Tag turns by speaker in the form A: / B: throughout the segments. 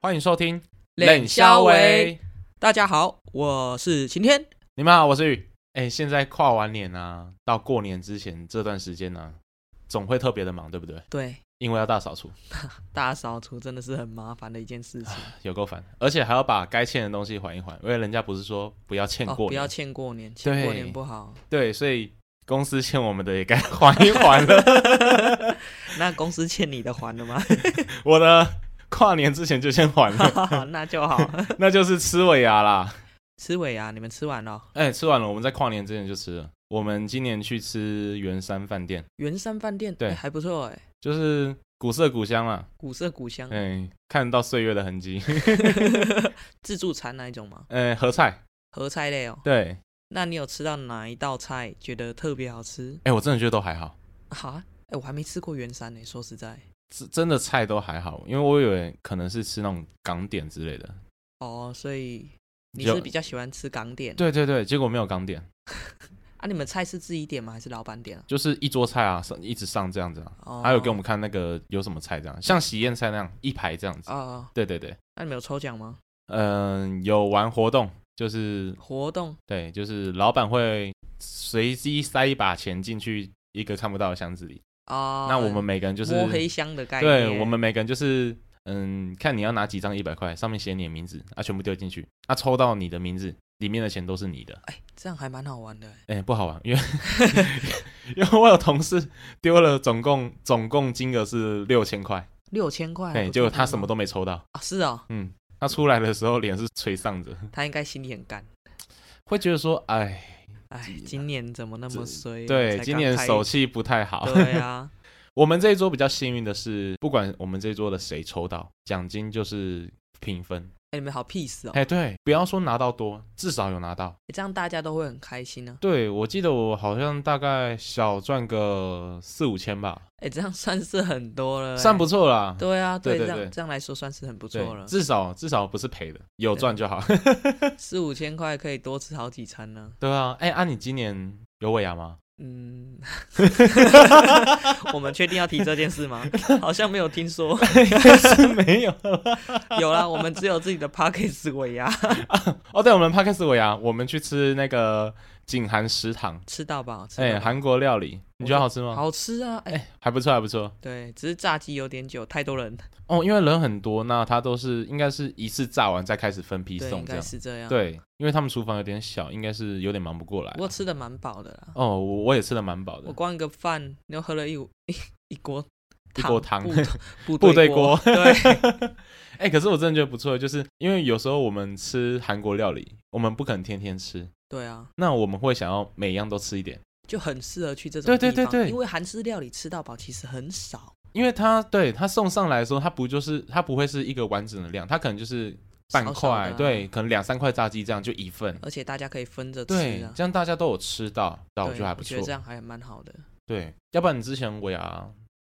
A: 欢迎收听
B: 冷
A: 肖
B: 肖
A: 维
B: 维。大家好，我是晴天。
A: 你们好，我是雨。哎、现在跨完年啊，到过年之前这段时间呢、啊，总会特别的忙，对不对？
B: 对，
A: 因为要大扫除，
B: 大扫除真的是很麻烦的一件 事情，
A: 有够烦，而且还要把该欠的东西还一还，因为人家不是说不要欠
B: 哦，
A: 过
B: 不
A: 年，
B: 要欠过年，欠过年不 好。
A: 对，所以公司欠我们的也该还一还 了。
B: 那公司欠你的还了 吗？
A: 我的跨年之前就先还 了，
B: 那就好。
A: 那就是吃尾牙啦。
B: 吃尾牙，你们吃完了？
A: 哎、吃完了，我们在跨年之前就吃了。我们今年去吃圆山饭店，
B: 圆山饭店
A: 对
B: 哎还不错哎，
A: 就是古色古香嘛，
B: 古色古香
A: 哎、，看到岁月的痕迹。
B: 自助餐那一种吗？
A: 呃，合菜，
B: 合菜类哦。
A: 对，
B: 那你有吃到哪一道菜觉得特别好吃？
A: 哎、我真的觉得都还好，
B: 哈，哎，我还没吃过圆山呢，说实在。
A: 真真的菜都还好，因为我以为可能是吃那种港点之类的，
B: 哦，所以你
A: 有
B: 是比较喜欢吃港点
A: 对对对，结果没有港点，
B: 啊？你们菜是自己点吗？还是老板点啊？
A: 就是一桌菜啊，上一直上这样子啊，
B: 哦，
A: 还有给我们看那个有什么菜这样，像喜宴菜那样一排这样子，
B: 哦，
A: 对对对，
B: 那你们有抽奖吗？
A: 嗯、有玩活动，就是
B: 活动
A: 对，就是老板会随机塞一把钱进去一个看不到的箱子里，
B: 啊？
A: 那我们每个人就是
B: 摸黑箱的概念，
A: 对我们每个人就是，嗯，看你要拿几张一百块，上面写你的名字，啊，全部丢进去，啊，抽到你的名字，里面的钱都是你的。
B: 哎，这样还蛮好玩的。
A: 哎、不好玩， 因为因为我有同事丢了，总共总共金额是六千块，
B: 六千块，
A: 哎、
B: 不错
A: 结果他什么
B: 不错
A: 都没抽到，
B: 啊？是哦，
A: 嗯，他出来的时候脸是垂丧 着，
B: 他应该心里很干。
A: 会觉得说，哎，
B: 哎，今年怎么那么衰？啊才
A: 对，
B: 刚
A: 今年
B: 开
A: 手气不太好。
B: 对 啊，
A: 我们这一桌比较幸运的是，不管我们这一桌的谁抽到奖金就是平分，
B: 哎，你们好 peace 哦，
A: 哎、对，不要说拿到多，至少有拿到。
B: 哎这样大家都会很开心啊呢。
A: 对，我记得我好像大概小赚个四五千吧，
B: 哎，这样算是很多了，哎
A: 算不。错啦。
B: 对啊，
A: 对
B: 这
A: 对对
B: 样这样来说算是很不
A: 对
B: 错了，
A: 至少至少不是赔的，有赚就好。
B: 四五千块可以多吃好几餐呢。
A: 对啊，哎、啊，你今年有尾牙吗？
B: 嗯，我们确定要提这件事吗？好像没有听说。
A: 是没有。
B: 有啦，我们只有自己的 pockets 尾牙，
A: 哦，对，我们 p 克斯 c 尾牙，我们去吃那个景韩食堂，
B: 吃到饱，吃到
A: 哎、
B: 饱
A: 韩国料理，你觉得好吃吗？
B: 好吃啊！哎、
A: 哎、还不错，还不错。
B: 对，只是炸鸡有点久，太多人，
A: 哦，因为人很多，那它都是应该是一次炸完再开始分批
B: 对，应
A: 送这
B: 该
A: 样。
B: 是这样。，
A: 对，因为他们厨房有点小，应该是有点忙不过来
B: 不。过吃的蛮饱的啦，
A: 哦，我我也吃的蛮饱的
B: 我。光一个饭又喝了一壶一一锅
A: 一锅汤
B: 部 部
A: 部队
B: 队
A: 锅
B: 锅，对，
A: 哎、可是我真的觉得不错，就是因为有时候我们吃韩国料理，我们不可能天天吃，
B: 对啊，
A: 那我们会想要每样都吃一点，
B: 就很适合去这种
A: 对对
B: 地方
A: 对对
B: 因为韩式料理吃到饱其实很少，
A: 因为它对它送上来的时候，它不就是它不会是一个完整的量，它可能就是半
B: 少
A: 块，
B: 少的啊
A: 对，可能两三块炸鸡这样就一份，
B: 而且大家可以分着吃
A: 对
B: 啊，。
A: 这样大家都有吃到，那我
B: 对
A: 觉得还不错
B: 我觉得，这样还蛮好的。
A: 对，要不然你之前尾牙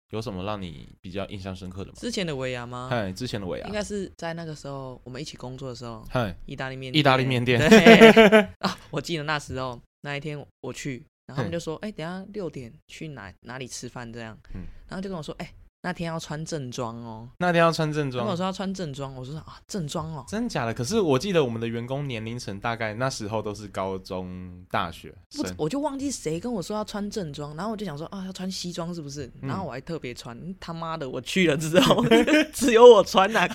A: 有什么让你比较印象深刻的吗？
B: 之前的维亚吗？
A: 嗨，之前的尾牙
B: 啊应，该是在那个时候我们一起工作的时候，
A: 嗨，
B: 意大利面，
A: 意大利面店
B: 对啊，我记得那时候那一天我去，然后他
A: 嗯
B: 们就说，哎、等一下六点去哪哪里吃饭这样，
A: 嗯
B: 然后就跟我说，哎、那天要穿正装哦。
A: 那天要穿正
B: 他跟
A: 装
B: 我，说要穿正装，我说啊，正装哦，
A: 真假的？可是我记得我们的员工年龄层大概那时候都是高中、大学
B: 不
A: 生，，
B: 我就忘记谁跟我说要穿正装，然后我就想说啊，要穿西装是不是？
A: 嗯
B: 然后我还特别穿，他妈的，我去了之后 只有我穿呐、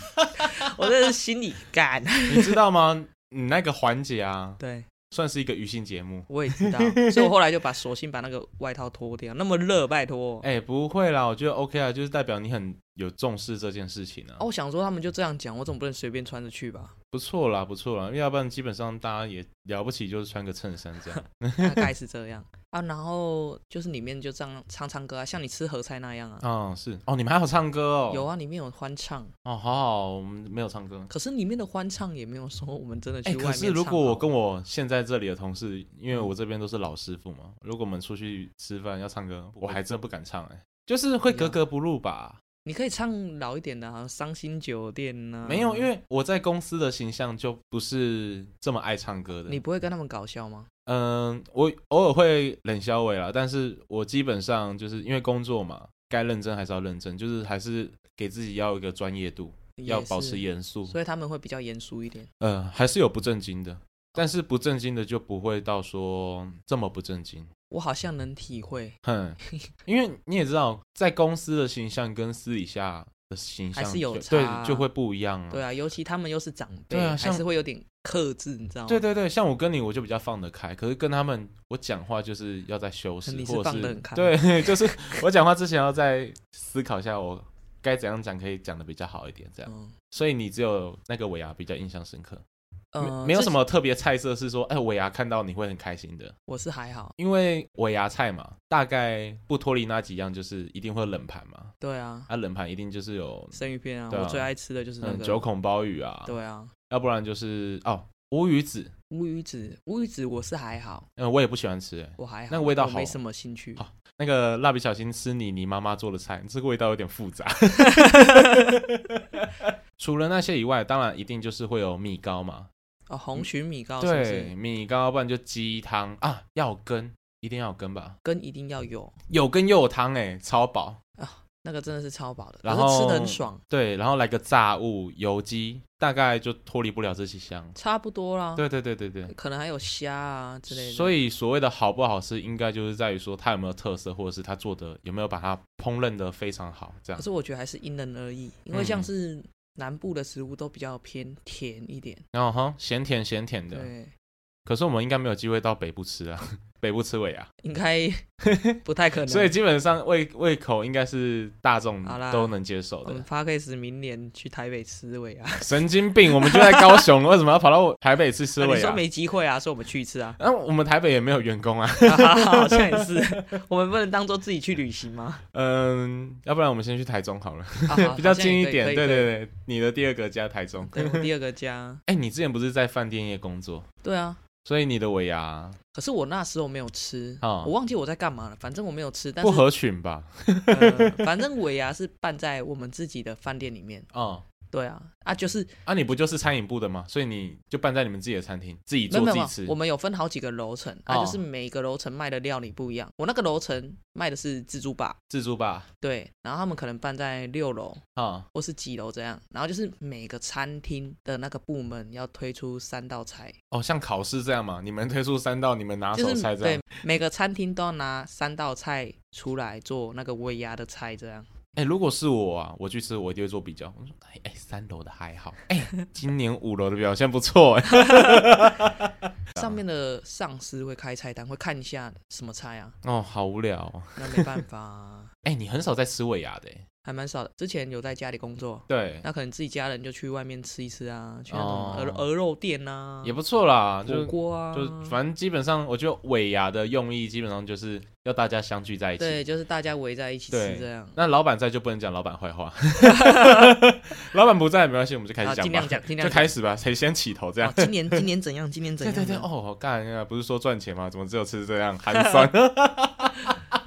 B: 我真的是心里干。
A: 你知道吗？你那个环节啊，
B: 对，
A: 算是一个娱性节目。
B: 我也知 道，所以我后来就把索性把那个外套脱掉，那么热，拜 托。
A: 哎、不会啦，我觉得 OK 啊，就是代表你很有重视这件事情啊
B: 啊，，我想说他们就这样讲，我总不能随便穿着去吧？
A: 不错啦，不错啦，因为要不然基本上大家也了不起，就是穿个衬衫这样。
B: 大概是这样 啊。然后就是里面就这样唱唱歌啊，像你吃合菜那样啊。
A: 嗯，是哦，你们还有唱歌哦，
B: 有啊，里面有欢唱，
A: 哦，好好，我们没有唱歌。
B: 可是里面的欢唱也没有说我们真的
A: 哎、
B: 去外面
A: 可
B: 唱
A: 是如果我
B: 哦
A: 跟我现在这里的同事，因为我这边都是老师傅嘛，如果我们出去吃饭要唱歌，我还真不敢唱哎、就是会格格不入吧？
B: 你可以唱老一点的、啊，《伤心酒店》啊呐。
A: 没有，因为我在公司的形象就不是这么爱唱歌的。
B: 你不会跟他们搞笑吗？
A: 嗯，我偶尔会冷消委啦，但是我基本上就是因为工作嘛，该认真还是要认真，就是还是给自己要有一个专业度。
B: 也
A: 要保
B: 是
A: 持严肃。
B: 所以他们会比较严肃一点。
A: 呃，还是有不正经的，但是不正经的就不会到说这么不正经。
B: 我好像能体会，
A: 哼，因为你也知道，在公司的形象跟私底下的形象
B: 还是有
A: 就
B: 差啊
A: 对，就会不一样啊。
B: 对啊，尤其他们又是长辈，
A: 对啊
B: 还
A: 像
B: 是会有点克制，你知道吗？
A: 对对对，像我跟你，我就比较放得开，可是跟他们，我讲话就是要在修饰，
B: 你是
A: 或者
B: 放
A: 是
B: 得很开
A: 对， 就是我讲话之前要再思考一下，我该怎样讲可以讲的比较好一点，这样。
B: 嗯，
A: 所以你只有那个尾牙比较印象深刻，
B: 呃，
A: 没没有
B: 这
A: 什么特别菜色是说，哎，尾牙看到你会很开心的，
B: 我是还好，
A: 因为尾牙菜嘛，大概不脱离那几样，就是一定会有冷盘嘛，
B: 对啊，
A: 啊，冷盘一定就是有
B: 生鱼片啊，
A: 对啊
B: 我最爱吃的就是那
A: 嗯
B: 个，
A: 九孔鲍鱼啊，
B: 对啊，
A: 要不然就是哦乌鱼子，
B: 乌鱼子，乌鱼子我是还好，
A: 嗯，我也不喜欢吃、哎
B: 我还好，
A: 那个味道
B: 我没
A: 好哦
B: 什么兴趣
A: 好，那个蜡笔小新吃你你妈妈做的菜，这个味道有点复杂。 除了那些以外，当然一定就是会有米糕嘛，
B: 哦，红曲米糕是不
A: 嗯对，
B: 是？
A: 米糕，不然就鸡汤啊，要有羹，一定要有羹吧，
B: 跟一定要有
A: 有羹又有汤，哎，超饱。
B: 啊，那个真的是超饱的，
A: 然
B: 可是吃
A: 后
B: 的很爽，
A: 对，然后来个炸物油鸡，大概就脱离不了这几项。
B: 差不多啦，
A: 对对对对对，
B: 可能还有虾啊哦呃之类的，
A: 所
B: 以
A: 以所谓的好不好吃，应该就是在于说它有没有特色，或者是它做的有没有把它烹饪的非常好，这样
B: 可。是我觉得还是因人而异，因为像
A: 嗯
B: 是南部的食物都比较偏甜一点，
A: 然后哈，咸甜咸甜的，
B: 对，
A: 可是我们应该没有机会到北部吃啊， 北部吃尾啊，
B: 应该 不太可能，
A: 所以基本上胃胃口应该是大众
B: 好啦
A: 都能接受
B: 我
A: 的
B: 们。p a r k s 明年去台北吃尾啊，
A: 神经病，我们就在高雄，为什么要跑到台北吃吃
B: 那你
A: 尾
B: 说
A: 啊？
B: 没机会啊，说我们去一次啊，
A: 那、我们台北也没有员工啊，
B: 好像也是，我们不能当做自己去旅行吗？
A: 嗯，要不然我们先去台中好了，
B: 啊好
A: 比较
B: 好像
A: 近一
B: 也可以
A: 点。
B: 可以
A: 对
B: 可以
A: 对对，你的第二个家台中。
B: 对，我第二个家，
A: 哎、你之前不是在饭店业工作，
B: 对啊。
A: 所以你的尾牙
B: 可是我那时候没有吃，
A: 哦
B: 我忘记我在干嘛了。反正我没有吃，但
A: 不
B: 是、
A: 合群吧？
B: 呃、反正尾牙是办在我们自己的饭店里面。
A: 哦，
B: 对啊，啊，就是
A: 啊，你不就是餐饮部的吗？所以你就办在你们自己的餐厅，自己
B: 没
A: 做
B: 有没
A: 自
B: 有没
A: 己
B: 有
A: 吃。，
B: 我们有分好几个楼层，啊，
A: 哦
B: 就是每个楼层卖的料理不一样。我那个楼层卖的是自助吧，
A: 自助吧，
B: 对，然后他们可能办在六楼
A: 啊、
B: 或是几楼这样，然后就是每个餐厅的那个部门要推出三道菜，
A: 哦，像考试这样嘛，你们推出三道，你们拿
B: 就
A: 手
B: 是
A: 菜这
B: 对
A: 样。
B: 每个餐厅都要拿三道菜出来做那个尾牙的菜这样。
A: 哎、如果是我啊，我去吃，我一定会做比较。我说，哎、哎、三楼的还好，哎、 今年五楼的表现不错、哎，啊
B: 上面的上司会开菜单，会看一下什么菜啊，
A: 哦，好无聊、哦。
B: 那没办法、啊，
A: 哎、你很少在吃尾牙的、哎
B: 还蛮少的。之前有在家里工作，
A: 对，
B: 那可能自己家人就去外面吃一吃啊，去那种
A: 哦
B: 鹅、鹅肉店啊，
A: 也不错啦，就
B: 火
A: 是
B: 锅啊，
A: 就反正基本上，我觉得尾牙的用意基本上就是要大家相聚在一起。
B: 对，就是大家围在一起
A: 对
B: 吃这样。
A: 那老板在就不能讲老板坏 话，老板不在没关系，我们就开
B: 啊，
A: 始讲
B: 尽量
A: 吧，
B: 讲，尽量
A: 就
B: 讲。
A: 开始吧，谁先起头这样
B: 哦，？今年今年怎样？今年怎
A: 对
B: 样？
A: 对对，
B: 这样，
A: 哦，干呀，不是说赚钱吗？怎么只有吃这样寒酸？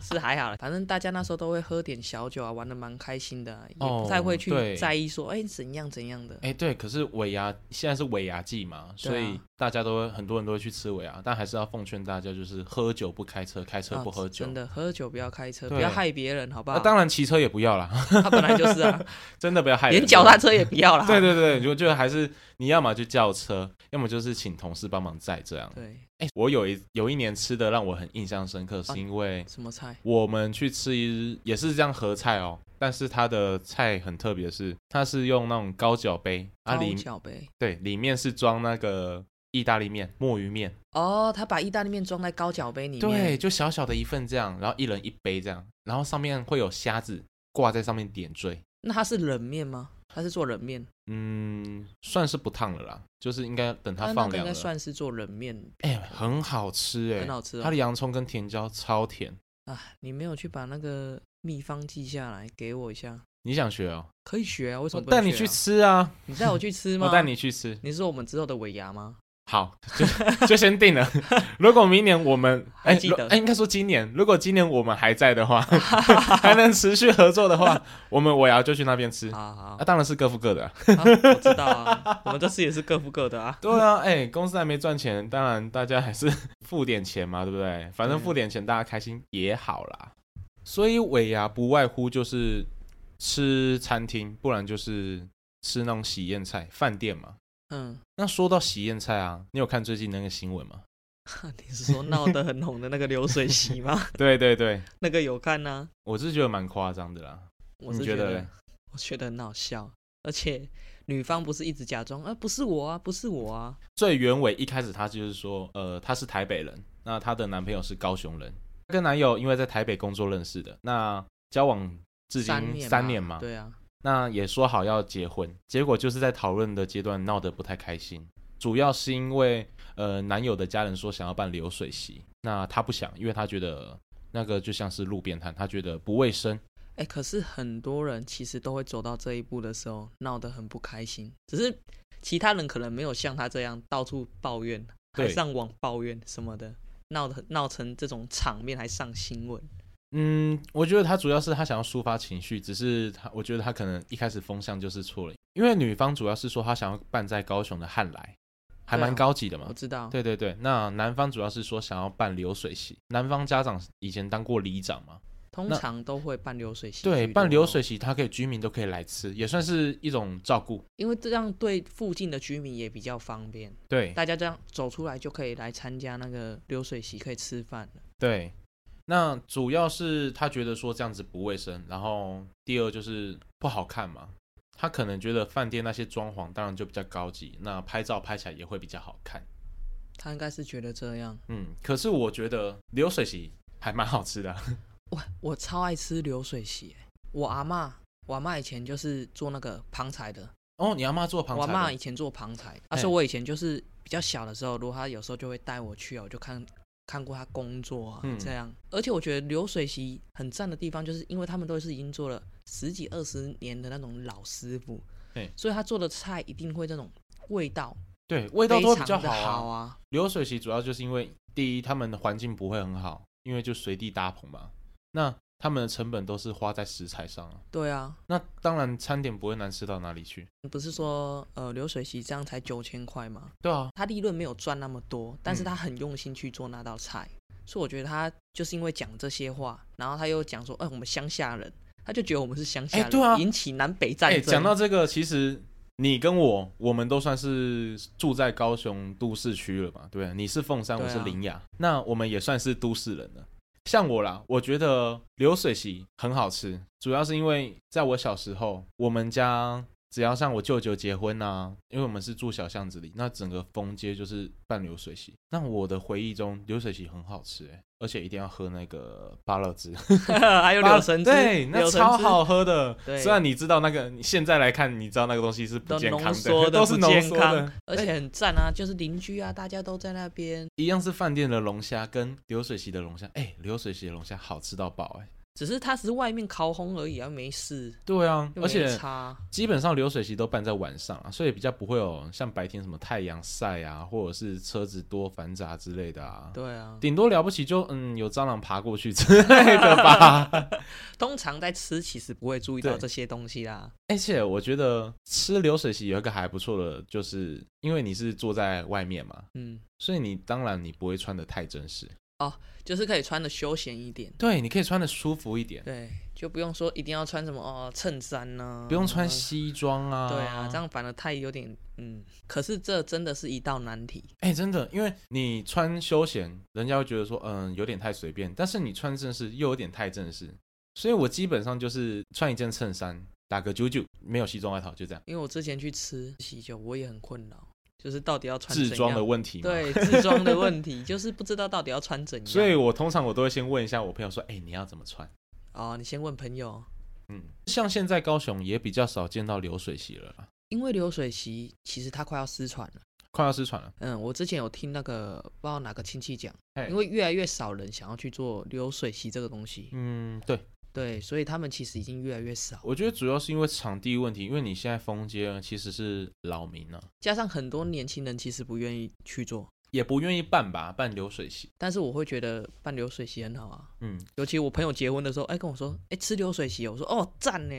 B: 是还好啦，反正大家那时候都会喝点小酒啊，玩的蛮开心的啊、也
A: 哦
B: 不太会去
A: 对
B: 在意说，哎、怎样怎样的。
A: 哎、对，可是尾牙现在是尾牙季嘛，所以大家都会很多人都会去吃尾牙，但还是要奉劝大家，就是喝酒不开车，开车
B: 啊
A: 不喝酒。
B: 真的喝酒不要开车，
A: 对
B: 不要害别人，好不
A: 那、
B: 好？
A: 当然骑车也不要啦，
B: 他本来就是啊，
A: 真的不要害人。
B: 连脚踏车也不要啦。
A: 对对对，就就还是你要么就叫车，要么就是请同事帮忙载这样。
B: 对
A: 哎、我有一有一年吃的让我很印象深刻，
B: 啊
A: 是因为
B: 什么菜？
A: 我们去吃一也是这样合菜哦，但是它的菜很特别是，它是用那种高脚杯，啊
B: 高
A: 里
B: 脚杯。
A: 对里面是装那个意大利面、墨鱼面。
B: 哦，他把意大利面装在高脚杯里面。
A: 对，就小小的一份这样，然后一人一杯这样，然后上面会有虾子挂在上面点缀，
B: 那它是冷面吗？它是做冷面，
A: 嗯，算是不烫了啦，就是应该等它
B: 啊那
A: 放
B: 个
A: 凉
B: 应
A: 了
B: 该。算是做冷面，
A: 哎、很好吃哎、
B: 很好吃
A: 它
B: 哦。
A: 的洋葱跟甜椒超甜，
B: 啊，你没有去把那个秘方记下来给我一下，
A: 你想学哦？
B: 可以学啊？为什
A: 我
B: 么不能
A: 带你
B: 学
A: 去
B: 啊？
A: 吃啊，
B: 你带我去吃 吗？
A: 我带。你去吃。
B: 你是说我们之后的尾牙吗？
A: 好，就就先定了。 如果明年我们
B: 还
A: 哎，
B: 记
A: 如
B: 得
A: 哎，应该说今年，如果今年我们还在的话， 还能持续合作的 话，我们我要就去那边吃。
B: 好好
A: 啊，，当然是各付各的啊、
B: 好我知道啊，我们这次也是各付各的啊。
A: 对啊， 哎、公司还没赚钱，当然大家还是付点钱嘛，对不对？反正
B: 对
A: 付点钱，大家开心也好啦。所以尾牙不外乎就是吃餐厅，不然就是吃那种喜宴菜，饭店嘛。
B: 嗯，
A: 那说到喜宴菜啊，你有看最近那个新闻 吗？
B: 你是说闹得很红的那个流水席 吗？
A: 对对对，
B: 那个有看呢、
A: 我是觉得蛮夸张的啦。
B: 我
A: 你
B: 是
A: 觉得嘞
B: 得，我觉得很好笑，而且女方不是一直假装啊，不是我啊，不是我啊，
A: 最原委一开始她就是说，呃，她是台北人，那她的男朋友是高雄人，跟男友因为在台北工作认识的，那交往至
B: 三
A: 今
B: 年
A: 三年嘛，
B: 对啊，
A: 那也说好要结婚，结果就是在讨论的阶段闹得不太开心，主要是因为呃男友的家人说想要办流水席，那她不想，因为她觉得那个就像是路边摊，她觉得不卫生。
B: 哎、可是很多人其实都会走到这一步的时候，闹得很不开心。只是其他人可能没有像他这样到处抱怨，还
A: 对
B: 上网抱怨什么的，闹得闹成这种场面，还上新闻。
A: 嗯，我觉得她主要是她想要抒发情绪，只是她我觉得她可能一开始风向就是错了，因为女方主要是说她想要办在高雄的汉来，还
B: 对啊
A: 蛮高级的嘛
B: 我。知道，
A: 对对对，那男方主要是说想要办流水席，男方家长以前当过里长嘛，
B: 通
A: 那
B: 常都会办流水席。
A: 对，办
B: 哦
A: 流水，席，它可以居民都可以来吃，也算是一种照顾。
B: 因为这样对附近的居民也比较方便，
A: 对
B: 大家这样走出来就可以来参加那个流水席，可以吃饭了。
A: 对，那主要是他觉得说这样子不卫生，然后第二就是不好看嘛。他可能觉得饭店那些装潢当然就比较高级，那拍照拍起来也会比较好看。
B: 他应该是觉得这样。
A: 嗯，可是我觉得流水席还蛮好吃的 啊。
B: 哇，我超爱吃流水席欸、我阿嬷，我阿嬷以前就是做那个旁菜的，
A: 哦，你阿妈做旁
B: 我阿嬷
A: 菜
B: 以
A: 的，
B: 前做旁菜，她、
A: 哎
B: 说我以前就是比较小的时候，如果她有时候就会带我去啊，我就看看过她工作啊、
A: 嗯
B: 这样。而且我觉得流水席很赞的地方，就是因为他们都是已经做了十几二十年的那种老师傅，
A: 哎
B: 所以他做的菜一定会这种味道
A: 对，味道
B: 非
A: 都会比
B: 常
A: 较
B: 的
A: 好啊。
B: 好啊。
A: 流水席主要就是因为第一，他们的环境不会很好，因为就随地搭棚嘛。那他们的成本都是花在食材上啊。
B: 对啊，
A: 那当然，餐点不会难吃到哪里去。
B: 不是说呃流水席这样才九千块吗？
A: 对啊，
B: 他利润没有赚那么多，但是
A: 嗯
B: 他很用心去做那道菜，所以我觉得他就是因为讲这些话，然后他又讲说，哎、我们乡下人，他就觉得我们是乡下人，
A: 哎对啊
B: 引起南北战
A: 哎、
B: 争。
A: 讲到这个，其实你跟我，我们都算是住在高雄都市区了嘛，对不对？你是凤山，
B: 对
A: 我
B: 啊
A: 是林雅，那我们也算是都市人了。像我啦，我觉得流水席很好吃，主要是因为在我小时候，我们家只要像我舅舅结婚啊，因为我们是住小巷子里，那整个封街就是办流水席。那我的回忆中，流水席很好吃、哎，而且一定要喝那个芭乐汁。
B: 还有柳橙汁，
A: 对，那
B: 柳橙汁
A: 超好喝的。
B: 对
A: 虽然你知道那个，你现在来看，你知道那个东西是不
B: 都
A: 健
B: 浓
A: 康
B: 缩
A: 都是
B: 不
A: 浓
B: 健
A: 缩
B: 康
A: 的，，哎
B: 而且很赞啊！就是邻居啊，大家都在那边，
A: 一样是饭店的龙虾跟流水席的龙虾。哎、流水席的龙虾好吃到爆哎、
B: 只是他只是外面烤烘而已啊，没事，
A: 对啊，
B: 又
A: 而
B: 没
A: 且
B: 差。
A: 基本上流水席都办在晚上啊，所以比较不会有像白天什么太阳晒啊，或者是车子多繁杂之类的啊。
B: 对啊，
A: 顶多了不起就嗯有蟑螂爬过去之类的吧。
B: 通常在吃其实不会注意到
A: 对
B: 这些东西啦。
A: 而且我觉得吃流水席有一个还不错的，就是因为你是坐在外面嘛，
B: 嗯，
A: 所以你当然你不会穿的太正式，
B: 就是可以穿的休闲一点。
A: 对，你可以穿的舒服一点，
B: 对，就不用说一定要穿什么哦衬衫呢、
A: 不用穿西装啊。
B: 对啊，这样反而太有点嗯。可是这真的是一道难题，
A: 哎、真的，因为你穿休闲，人家会觉得说嗯有点太随便，但是你穿正式又有点太正式，所以我基本上就是穿一件衬衫，打个九九，没有西装外套，就这样。
B: 因为我之前去吃喜酒，我也很困扰，就是到底要穿
A: 制
B: 怎
A: 装
B: 样
A: 的问题嘛，
B: 对自装的问题，就是不知道到底要穿怎样。
A: 所以我通常我都会先问一下我朋友说，哎、你要怎么穿？
B: 哦，你先问朋友，
A: 嗯，像现在高雄也比较少见到流水席了啦，
B: 因为流水席其实它快要失传了。
A: 快要失传了。
B: 嗯，我之前有听那个不知道哪个亲戚讲
A: 嘿，
B: 因为越来越少人想要去做流水席这个东西，
A: 嗯，对，
B: 对，所以他们其实已经越来越少。
A: 我觉得主要是因为场地问题，因为你现在封街其实是扰民啊了、
B: 加上很多年轻人其实不愿意去做，
A: 也不愿意办吧，办流水席。
B: 但是我会觉得办流水席很好啊。
A: 嗯，
B: 尤其我朋友结婚的时候，哎、跟我说，哎、吃流水席哦，我说哦赞呢。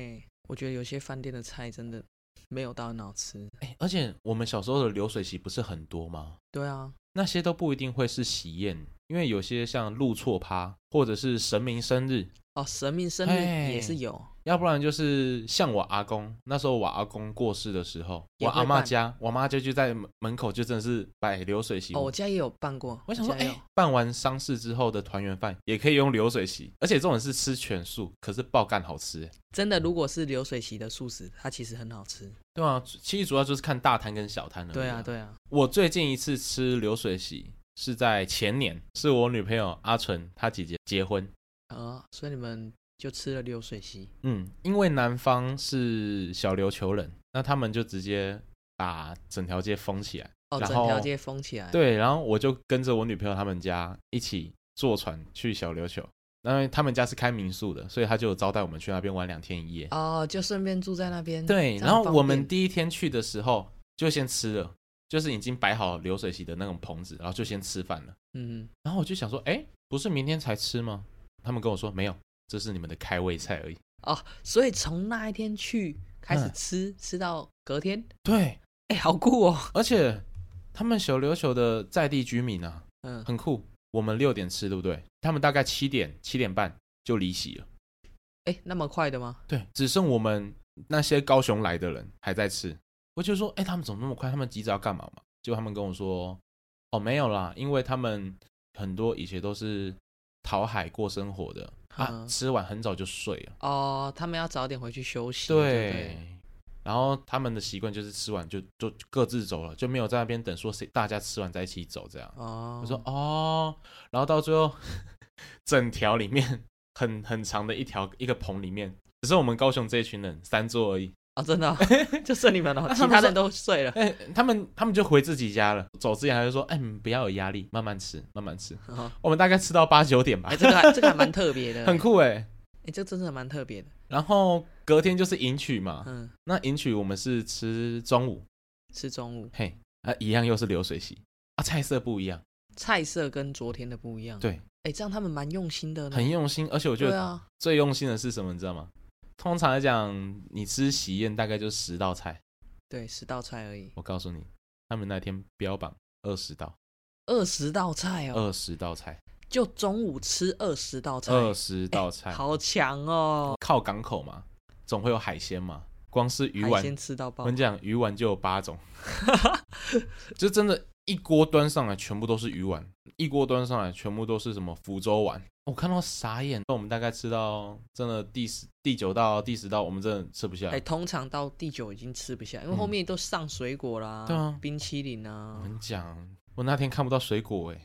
B: 我觉得有些饭店的菜真的没有到很好吃。
A: 哎、而且我们小时候的流水席不是很多吗？
B: 对啊，
A: 那些都不一定会是喜宴，因为有些像入错趴，或者是神明生日，
B: 哦，神明生日也
A: 哎
B: 是有，
A: 要不然就是像我阿公那时候，我阿公过世的时候，
B: 也
A: 我
B: 会
A: 阿妈
B: 办
A: 家，我妈就就在门门口，就真的是摆流水席。
B: 哦，我家也有办过。
A: 我想说，
B: 我家
A: 哎、
B: 也有
A: 办完丧事之后的团圆饭也可以用流水席，而且这种是吃全素，可是爆干好吃、哎
B: 真的，如果是流水席的素食，它其实很好吃。
A: 对啊，其实主要就是看大摊跟小摊了。
B: 对啊，对啊，
A: 我最近一次吃流水席是在前年，是我女朋友阿纯她姐姐结婚。
B: 啊，所以你们就吃了流水席，
A: 嗯，因为南方是小琉球人，那他们就直接把整条街封起来。
B: 哦，
A: 然
B: 整条
A: 后
B: 街封起来。，
A: 对，然后我就跟着我女朋友他们家一起坐船去小琉球。那他们家是开民宿的，所以他就有招待我们去那边玩两天一夜。
B: 哦，就顺便住在那边。
A: 对，
B: 嗯这样
A: 然后
B: 方
A: 我们
B: 便
A: 第一天去的时候就先吃了，就是已经摆好流水席的那种棚子，然后就先吃饭了。
B: 嗯，
A: 然后我就想说，哎，不是明天才吃吗？他们跟我说没有，这是你们的开胃菜而已。
B: 哦，所以从那一天去开始
A: 嗯
B: 吃，吃到隔天，
A: 对，
B: 哎，好酷哦。
A: 而且他们小琉球的在地居民啊，
B: 嗯，
A: 很酷。我们六点吃，对不对？他们大概七点、七点半就离席了。
B: 哎，那么快的吗？
A: 对，只剩我们那些高雄来的人还在吃。我就说，哎、他们怎么那么快？他们急着要干嘛嘛？结果他们跟我说，哦，没有啦，因为他们很多以前都是讨海过生活的啊，
B: 嗯
A: 吃完很早就睡了。
B: 哦，他们要早点回去休息。对不
A: 对
B: 对，。
A: 然后他们的习惯就是吃完就就各自走了，就没有在那边等说谁大家吃完在一起走这样。
B: 哦，
A: 我说哦，然后到最后 整条里面很很长的一条一个棚里面，只是我们高雄这一群人三桌而已。
B: 哦，真 的哦、就剩你们了，
A: 那
B: 其
A: 他们
B: 他
A: 说
B: 人都睡了。
A: 哎、他们他们就回自己家了。走之前还是说，哎、你们不要有压力，慢慢吃，慢慢吃。
B: 哦
A: 我们大概吃到八九点吧
B: 哎、，这个还这个还蛮特别 的，
A: 很酷哎、
B: 哎、这真的蛮特别的。
A: 然后隔天就是迎娶嘛，
B: 嗯，
A: 那迎娶我们是吃中午，
B: 吃中午
A: 嘿，啊，一样又是流水席啊，菜色不一样，
B: 菜色跟昨天的不一样。
A: 对
B: 哎、这样他们蛮用心的呢。
A: 很用心。而且我觉
B: 对
A: 得
B: 啊，
A: 最用心的是什么，你知道吗？通常来讲，你吃喜宴大概就十道菜，
B: 对，十道菜而已，
A: 我告诉你，他们那天标榜二十道，
B: 二十道菜哦，
A: 二十道菜，
B: 就中午吃二十道菜，哎
A: 二十道菜，
B: 好强哦！
A: 靠港口嘛，总会有海鲜嘛，光是鱼
B: 海
A: 丸
B: 鲜吃到
A: 我
B: 爆
A: 跟，你讲，鱼丸就有八种， 就真的，一锅端上来全部都是鱼丸，一锅端上来全部都是什么福州丸。我看到傻眼，那我们大概吃到真的第十、第九道、第十道，我们真的吃不下
B: 哎、。通常到第九已经吃不下，因为后面都上水果啦，
A: 嗯对啊
B: 冰淇淋
A: 我
B: 啊。
A: 跟你讲，我那天看不到水果哎、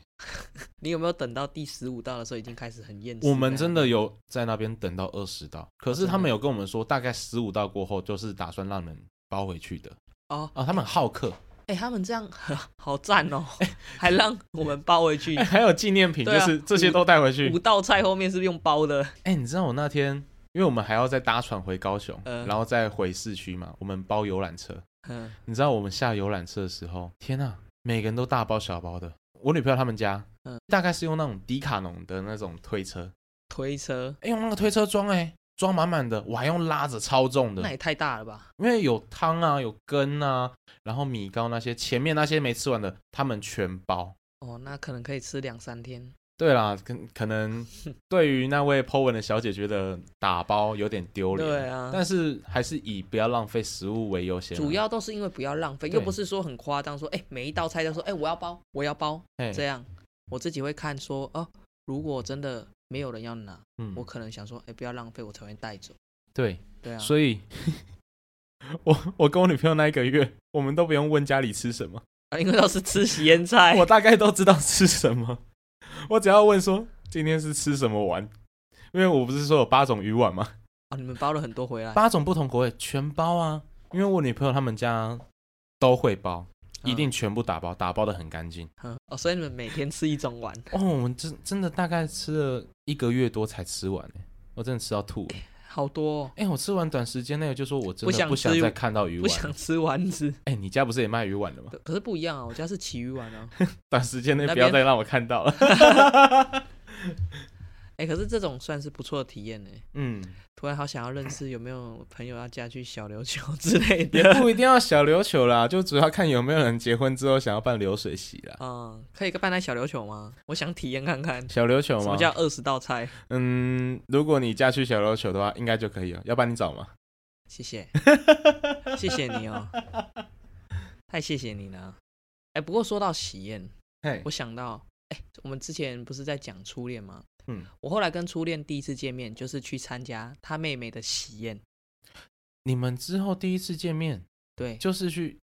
B: 你有没有等到第十五道的时候已经开始很厌世了？
A: 我们真的有在那边等到二十道，可是他们有跟我们说，大概十五道过后就是打算让人包回去的
B: 哦，
A: 啊。他们很好客，
B: 哎、他们这样 好赞 哦，还让我们包回去
A: 哎，还有纪念品，
B: 对
A: 就
B: 啊
A: 是这些都带回去
B: 五。道菜后面是用包的，
A: 哎、你知道我那天，因为我们还要再搭船回高雄，
B: 嗯
A: 然后再回市区嘛，我们包游览车。
B: 嗯，
A: 你知道我们下游览车的时候，天啊，每个人都大包小包的。我女朋友他们家，
B: 嗯
A: 大概是用那种迪卡侬的那种推车，
B: 推车，
A: 哎、用那个推车装、哎，装满满的，我还用拉着超重
B: 那
A: 的，
B: 也太大了吧？
A: 因为有汤啊，有羹啊，然后米糕那些，前面那些没吃完的，他们全包。
B: 哦，那可能可以吃两三天。
A: 对啦，可可 能对于那位 Po 文的小姐觉得打包有点丢脸，
B: 对啊，
A: 但是还是以不要浪费食物为优先啊。
B: 主要都是因为不要浪费，
A: 对
B: 又不是说很夸张，说哎、每一道菜都说哎、我要包，我要包，
A: 嘿
B: 这样我自己会看说哦，如果真的没有人要拿，
A: 嗯
B: 我可能想说哎、不要浪费，我才会带走。
A: 对，
B: 对啊，
A: 所以我我跟我女朋友那一个月，我们都不用问家里吃什么，
B: 啊因为都是吃喜宴菜，
A: 我大概都知道吃什么，我只要问说今天是吃什么碗，因为我不是说有八种鱼碗吗？
B: 哦，你们包了很多回来，
A: 八种不同口味全包啊，因为我女朋友他们家都会包，一定全部打包，打包的很干净。
B: 嗯、嗯哦，所以你们每天吃一种碗，
A: 哦，我们真真的大概吃了一个月多才吃完、欸，我真的吃到吐了。
B: 好多、哦，
A: 哎、我吃完短时间内，就说我真
B: 不
A: 的
B: 想
A: 不想
B: 吃
A: 再看到鱼
B: 不
A: 丸。
B: 想吃丸子，
A: 哎、你家不是也卖鱼丸的吗？
B: 可可是不一样啊，我家是奇鱼丸啊。
A: 短时间内
B: 那
A: 不要
B: 边
A: 再让我看到了。
B: 哎、可是这种算是不错的体验呢、
A: 嗯，
B: 突然好想要认识有没有朋友要嫁去小琉球之类
A: 也
B: 的。
A: 不一定要小琉球啦，就主要看有没有人结婚之后想要办流水席啦。
B: 嗯，可以办在小琉球吗？我想体验看看
A: 小琉球
B: 什
A: 吗
B: 么？叫二十道菜。
A: 嗯，如果你嫁去小琉球的话，应该就可以了。要不然你找嘛。
B: 谢谢，谢谢 你哦，太谢谢你了。哎、不过说到喜宴，
A: 嘿
B: 我，想到，哎、我们之前不是在讲初恋吗？
A: 嗯，
B: 我后来跟初恋第一次见面，就是去参加他妹妹的喜宴。
A: 你们之后第一次见面
B: 对，
A: 就是去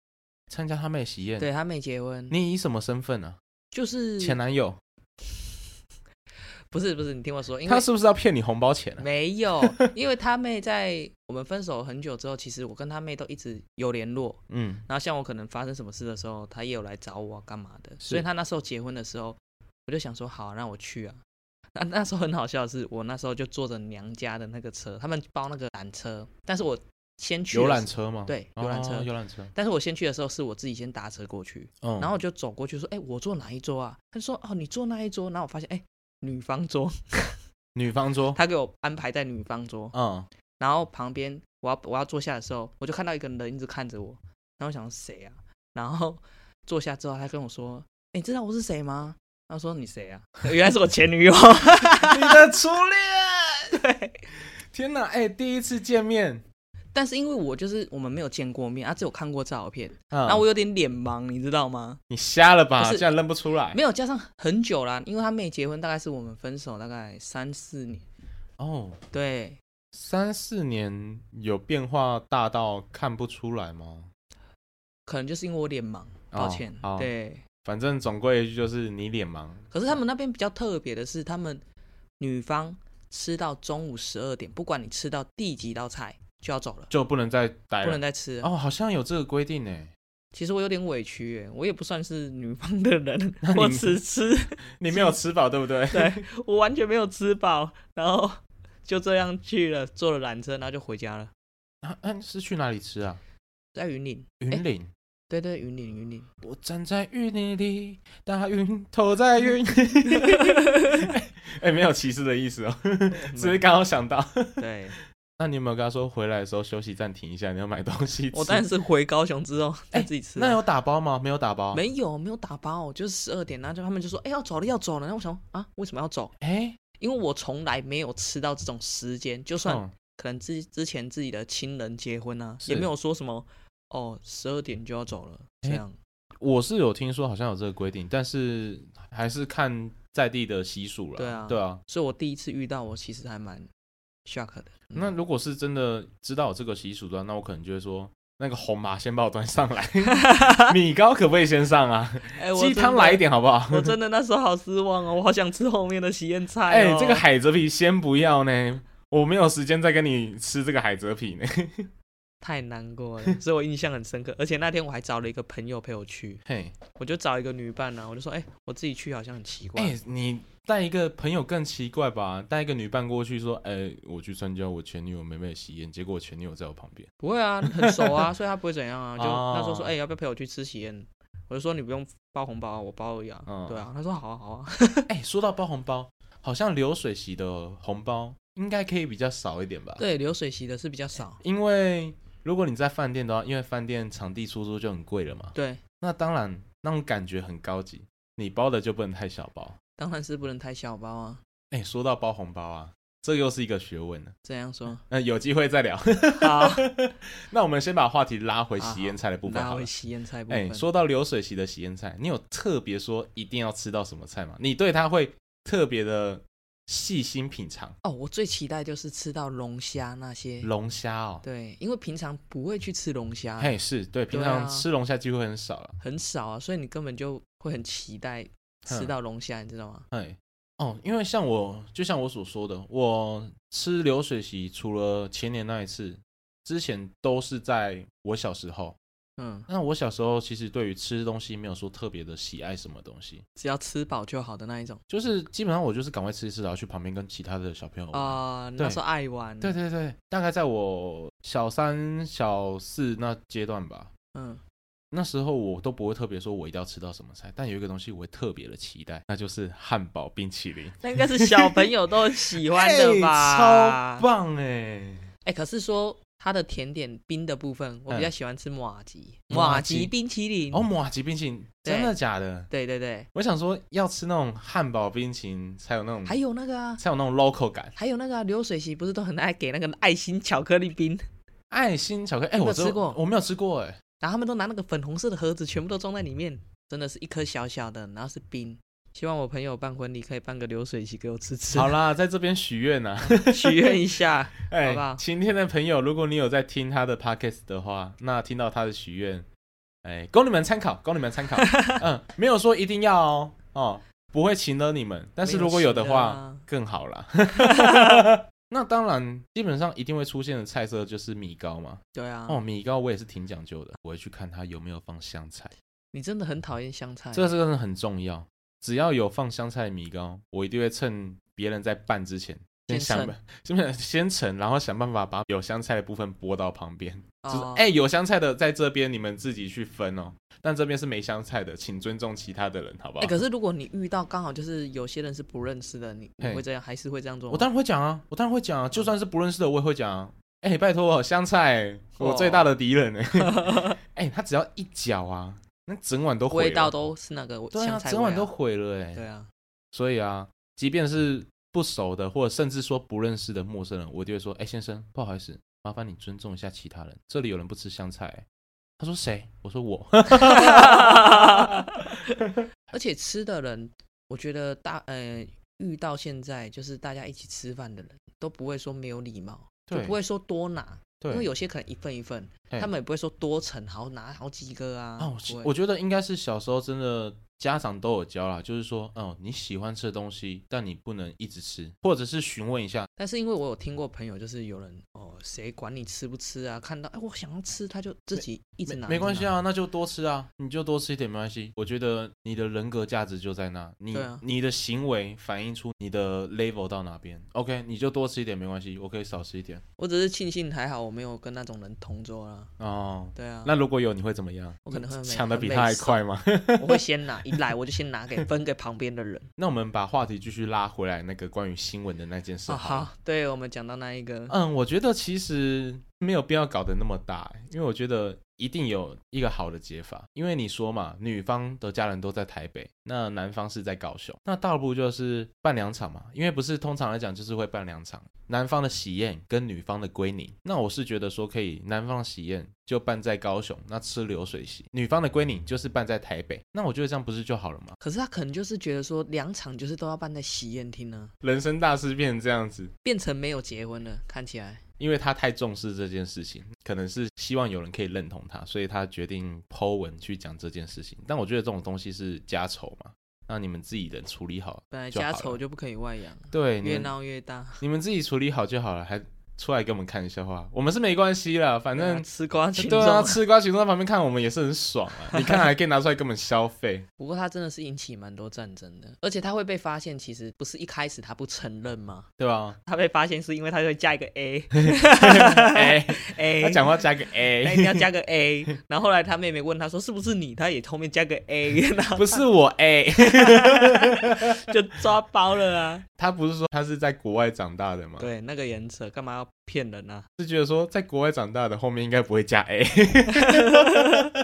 A: 参加他妹的喜宴。
B: 对，他妹结婚，
A: 你以什么身份啊？
B: 就是
A: 前男友？
B: 不是不是，你听我说，因为
A: 他是不是要骗你红包钱啊？
B: 没 有，因为他妹在我们分手很久之后，其实我跟他妹都一直有联络。
A: 嗯，
B: 然后像我可能发生什么事的时候，他也有来找我啊干嘛的。
A: 是
B: 所以他那时候结婚的时候，我就想说好，让我去啊。 那那时候很好笑的是，我那时候就坐着娘家的那个车，他们包那个缆车，但是我先去的
A: 游览
B: 时
A: 车吗？
B: 对游览车
A: 哦游览车。
B: 但是我先去的时候是我自己先搭车过去，
A: 嗯
B: 然后我就走过去说，哎、我坐哪一桌啊？他就说哦，你坐那一桌。然后我发现，哎、女方桌，
A: 女方桌。
B: 他给我安排在女方桌。
A: 嗯，
B: 然后旁边我要我要坐下的时候，我就看到一个人一直看着我，然后我想谁啊？ 然后坐下之后，他跟我说：“诶你知道我是谁吗？”他说：“你谁啊？” 原来是我前女友。
A: 你的初恋。
B: 对，
A: 天哪，哎，第一次见面。
B: 但是因为我就是我们没有见过面，啊，只有看过照片，
A: 啊
B: 然后我有点脸盲，你知道吗？
A: 你瞎了吧？
B: 不是
A: 竟然认不出来
B: 没有加上很久啦，因为他妹结婚大概是我们分手大概三四年，
A: 哦。
B: 对，
A: 三四年有变化大到看不出来吗？
B: 可能就是因为我脸盲，抱
A: 哦
B: 歉，
A: 好
B: 对。
A: 反正总归一句就是你脸盲，
B: 可是他们那边比较特别的是，他们女方吃到中午十二点，不管你吃到第几道菜就要走了，
A: 就不能再待
B: 不
A: 了。
B: 能再吃了。
A: 哦，好像有这个规定呢。
B: 其实我有点委屈耶，我也不算是女方的人，
A: 那
B: 啊
A: 你
B: 我只吃，
A: 你没有吃饱，对不对？
B: 对我完全没有吃饱，然后就这样去了，坐了缆车，然后就回家了，
A: 啊，嗯、是去哪里吃啊？
B: 在云岭。
A: 云岭。
B: 对对，云岭云 岭，
A: 我站在云里里，大云头在云。 哎、没有歧视的意思 哦，只是刚好想到。
B: 嗯 对，
A: 那你有没有跟他说回来的时候休息暂停一下，你要买东西吃？
B: 我当然是回高雄之后再
A: 哎
B: 自己吃啊。
A: 那哦有打包吗？没有打包。。
B: 没有没有打包，就是十二点，然后就他们就说，哎、要走了要走了，然后我想说啊，为什么要走？
A: 哎、
B: 因为我从来没有吃到这种时间，就算
A: 嗯
B: 可能之之前自己的亲人结婚啊，
A: 是
B: 也没有说什么哦，十二点就要走了这
A: 诶
B: 样。
A: 我是有听说好像有这个规定，但是还是看在地的习俗了。
B: 对啊
A: 对啊。
B: 所以我第一次遇到，我其实还蛮 shock 的。嗯
A: 那如果是真的知道有这个习俗的话，那我可能就会说，那个红麻先把我端上 来，米糕可不可以先上啊？
B: 哎，我
A: 鸡
B: 真
A: 汤
B: 的
A: 来一，点好不好？
B: 我真的那时候好失望哦，我好想吃后面的喜宴菜、
A: 哎、
B: 哦。
A: 这个海蜇皮先不要呢，我没有时间再跟你吃这个海蜇皮呢。
B: 太难过了，所以我印象很深刻。而且那天我还找了一个朋友陪我去，
A: 嘿，
B: 我就找一个女伴啊，我就说，哎、我自己去好像很奇怪。
A: 哎、你带一个朋友更奇怪吧？带一个女伴过去说，哎、我去参加我前女友妹妹的喜宴，结果我前女友在我旁边。
B: 不会啊，很熟 啊，所以他不会怎样啊。就
A: 哦
B: 那时候说，哎、要不要陪我去吃喜宴？我就说你不用包红包啊，我包而已啊。
A: 嗯
B: 对啊，他说好啊好啊。
A: 哎、说到包红包，好像流水席的红包应该可以比较少一点吧？，
B: 对，流水席的是比较少。
A: 因为如果你在饭店的话，因为饭店场地出租就很贵了嘛，
B: 对，
A: 那当然那种感觉很高级，你包的就不能太小包。
B: 当然是不能太小包啊。
A: 哎、说到包红包啊，这又是一个学问了。
B: 这样 说
A: 那呃有机会再聊。
B: 好，
A: 那我们先把话题拉回喜宴菜的部分
B: 啊拉
A: 好
B: 回
A: 了。
B: 喜宴菜部
A: 哎、
B: 分。
A: 说到流水席的喜宴菜，你有特别说一定要吃到什么菜吗？你对它会特别的细心品尝。
B: 哦，我最期待就是吃到龙虾那些。
A: 龙虾哦，
B: 对，因为平常不会去吃龙虾，
A: 嘿，是对，平
B: 对啊
A: 常吃龙虾机会很少了。
B: 很少啊，所以你根本就会很期待吃
A: 嗯
B: 到龙虾，你知道吗？
A: 哎，哦，因为像我，就像我所说的，我吃流水席除了前年那一次，之前都是在我小时候。
B: 嗯，
A: 那我小时候其实对于吃东西没有说特别的喜爱什么东西，
B: 只要吃饱就好的那一种
A: 就是基本上我就是赶快吃一吃，然后去旁边跟其他的小朋友玩。
B: 啊、
A: 对
B: 那时候爱玩，
A: 对，对对，大概在我小三小四那阶段吧，
B: 嗯，
A: 那时候我都不会特别说我一定要吃到什么菜，但有一个东西我会特别的期待，那就是汉堡冰淇淋。
B: 那应该是小朋友都喜欢的
A: 哎
B: 吧？
A: 超棒哎、
B: 哎、可是说它的甜点冰的部分，我比较喜欢吃马吉，
A: 嗯
B: 马
A: 马吉
B: 吉冰淇淋。
A: 哦，马吉冰淇淋，
B: 对
A: 真的假的？
B: 对对对，
A: 我想说要吃那种汉堡冰淇淋才有那种，
B: 还有那个啊，
A: 才有那种 local 感。
B: 还有那个、啊、流水席不是都很爱给那个爱心巧克力冰，
A: 爱心巧克力，哎、
B: 你有没有
A: 我只有
B: 吃过
A: 我没有吃过哎、
B: 然后他们都拿那个粉红色的盒子，全部都装在里面，真的是一颗小小的，然后是冰。希望我朋友办婚礼可以办个流水席给我吃吃，
A: 好啦，在这边许愿啊呐，
B: 许愿一下。
A: 哎、
B: 好不好
A: 晴天的朋友，如果你有在听他的 podcast 的话，那听到他的许愿，哎、供你们参考，供你们参 考。嗯，没有说一定要哦，哦，不会请了你们， 但是如果有的
B: 没有
A: 话，
B: 请啊
A: 更好 啦。那当然，基本上一定会出现的菜色就是米糕嘛。
B: 对啊，
A: 哦，米糕我也是挺讲究的，我会去看它有没有放香菜，
B: 你真的很讨厌香菜。
A: 这个真的很重要。只要有放香菜的米糕，我一定会趁别人在拌之前。先
B: 先
A: 想
B: 盛
A: 办，是不是 先盛，然后想办法把有香菜的部分拨到旁边。就是
B: 哦
A: 哎、有香菜的在这边，你们自己去分哦。但这边是没香菜的，请尊重其他的人，好不好？
B: 哎、可是如果你遇到刚好就是有些人是不认识的，你你
A: 嘿
B: 会这样还是会这样做吗？
A: 我当然会讲啊，我当然会
B: 嗯
A: 讲啊，就算是不认识的我也会讲啊。哎、拜托，香菜我
B: 哦
A: 最大的敌人哎、 哎、他只要一搅啊，那整碗都毁了
B: 味道都是那个
A: 对啊，
B: 香菜味、
A: 整碗都毁了哎、
B: 对啊，
A: 所以啊，即便是不熟的，或者甚至说不认识的陌生人，我就会说：“哎、先生，不好意思，麻烦你尊重一下其他人，这里有人不吃香菜、欸他说：“谁？”我说：“我。
B: 而且吃的人，我觉得大呃遇到现在就是大家一起吃饭的人都不会说没有礼貌，”就
A: 对，
B: 不会说多拿，
A: 对，
B: 因为有些可能一份一份，
A: 嘿
B: 他们也不会说多盛，好拿好几个啊。
A: 啊，我
B: 不会
A: 我觉得应该是小时候真的家长都有教啦，就是说，哦、你喜欢吃的东西，但你不能一直吃，或者是询问一下，
B: 但是因为我有听过朋友，就是有人哦，谁管你吃不吃啊？看到哎，我想要吃，他就自己一直拿，
A: 没关系
B: 啊。
A: 啊，那就多吃啊，你就多吃一点没关系。我觉得你的人格价值就在那，你、
B: 对啊
A: 你的行为反映出你的 level 到哪边。OK，你就多吃一点没关系，我可以少吃一点
B: 我只是庆幸还好我没有跟那种人同桌啊。
A: 哦。
B: 对啊，
A: 那如果有，你会怎么样？
B: 我可能会
A: 抢的比
B: 很
A: 他还
B: 累死
A: 快吗？
B: 我会先拿，一来我就先拿给分给旁边的人。
A: 那我们把话题继续拉回来，那个关于新闻的那件事
B: 啊，
A: 好了。
B: 好，对我们讲到那一个，
A: 嗯，我觉得其实没有必要搞得那么大，欸因为我觉得一定有一个好的解法。因为你说嘛，女方的家人都在台北，那男方是在高雄，那倒不如就是办两场嘛。因为不是通常来讲就是会办两场，男方的喜宴跟女方的归宁。那我是觉得说可以，男方的喜宴就办在高雄，那吃流水席；女方的归宁就是办在台北。那我觉得这样不是就好了吗？
B: 可是他可能就是觉得说两场就是都要办在喜宴厅呢，
A: 人生大事变成这样子，
B: 变成没有结婚了，看起来
A: 因为他太重视这件事情，可能是希望有人可以认同他，所以他决定 Po 文去讲这件事情。但我觉得这种东西是家丑嘛，那你们自己人处理好，
B: 本来
A: 就好
B: 家
A: 了哎
B: 丑就不可以外扬，
A: 对，你
B: 越
A: 们
B: 闹越大。
A: 你们自己处理好就好了，还出来给我们看笑话，我们是没关系啦，反
B: 对啊
A: 正。
B: 吃瓜群
A: 对
B: 众
A: 啊，
B: 啊。
A: 吃瓜群众在旁边看我们也是很爽啊！你看还可以拿出来给我们消费，
B: 不过他真的是引起蛮多战争的，而且他会被发现，其实不是一开始他不承认吗？
A: 对吧？
B: 他被发现是因为他会加一个 A
A: 哎，
B: A，
A: 他讲话加个
B: 他一
A: A，
B: 定要加个 A，然后后来他妹妹问他说是不是你，他也后面加个 A，然后
A: 不是我 A，
B: 就抓包了啊。
A: 他不是说他是在国外长大的吗？
B: 对，那个颜色干嘛要骗人啊？
A: 是觉得说在国外长大的后面应该不会加 A。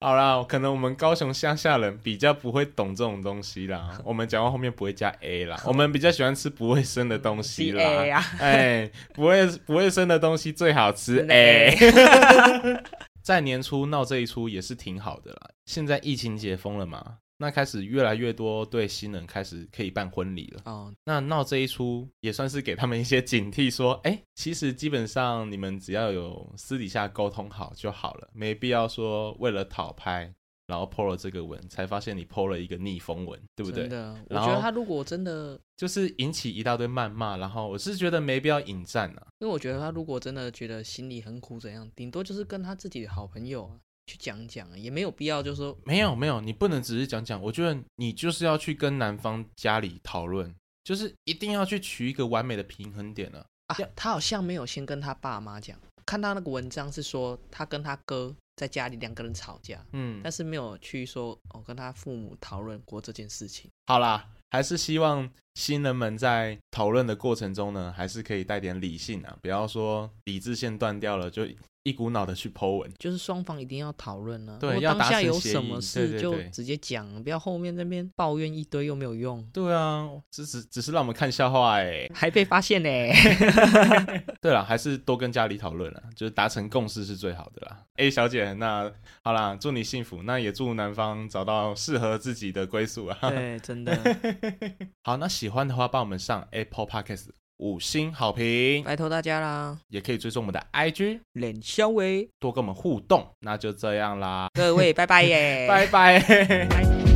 A: 好啦，可能我们高雄乡下人比较不会懂这种东西 啦，我们讲话后面不会加 A 啦，我们比较喜欢吃不会生的东西
B: C
A: 啦。
B: A 啊，
A: 哎，不会不会生的东西最好吃
B: 真的
A: 哎。
B: A
A: 在年初闹这一出也是挺好的啦。现在疫情解封了嘛，那开始越来越多对新人开始可以办婚礼了。
B: 哦，
A: 那闹这一出也算是给他们一些警惕，说，哎、其实基本上你们只要有私底下沟通好就好了，没必要说为了讨拍，然后 PO 了这个文，才发现你 PO 了一个逆风文，对不
B: 真
A: 对？
B: 的，我
A: 然
B: 觉得
A: 后
B: 他如果真的，
A: 就是引起一大堆谩骂，然后我是觉得没必要引战啊。
B: 因为我觉得他如果真的觉得心里很苦怎样，顶多就是跟他自己的好朋友啊去讲讲啊，也没有必要就说
A: 没有没有，你不能只是讲讲，我觉得你就是要去跟男方家里讨论，就是一定要去取一个完美的平衡点了、
B: 啊
A: 要，
B: 他好像没有先跟他爸妈讲。看到那个文章是说他跟他哥在家里两个人吵架，
A: 嗯，
B: 但是没有去说我、哦、跟他父母讨论过这件事情。
A: 好啦，还是希望新人们在讨论的过程中呢，还是可以带点理性啊，不要说理智线断掉了就一股脑的去剖文。
B: 就是双方一定要讨论呢，
A: 对
B: 如果
A: 要
B: 当
A: 达
B: 下
A: 成
B: 有
A: 协
B: 什
A: 议
B: 么
A: 对
B: 事
A: 对
B: 就
A: 对
B: 直接讲，不要后面那边抱怨一堆又没有用，
A: 对啊，这只只是让我们看笑话哎、
B: 还被发现呢。
A: 对了，还是多跟家里讨论啦，就是达成共识是最好的啦。A 小姐，那好啦，祝你幸福，那也祝男方找到适合自己的归宿啊。
B: 对，真的，
A: 好，那喜欢的话，帮我们上 Apple Podcast 五星好评，
B: 拜托大家啦，
A: 也可以追踪我们的 IG，
B: 冷肖维，
A: 多跟我们互动。那就这样啦，
B: 各位拜拜耶，
A: 拜拜。
B: 拜。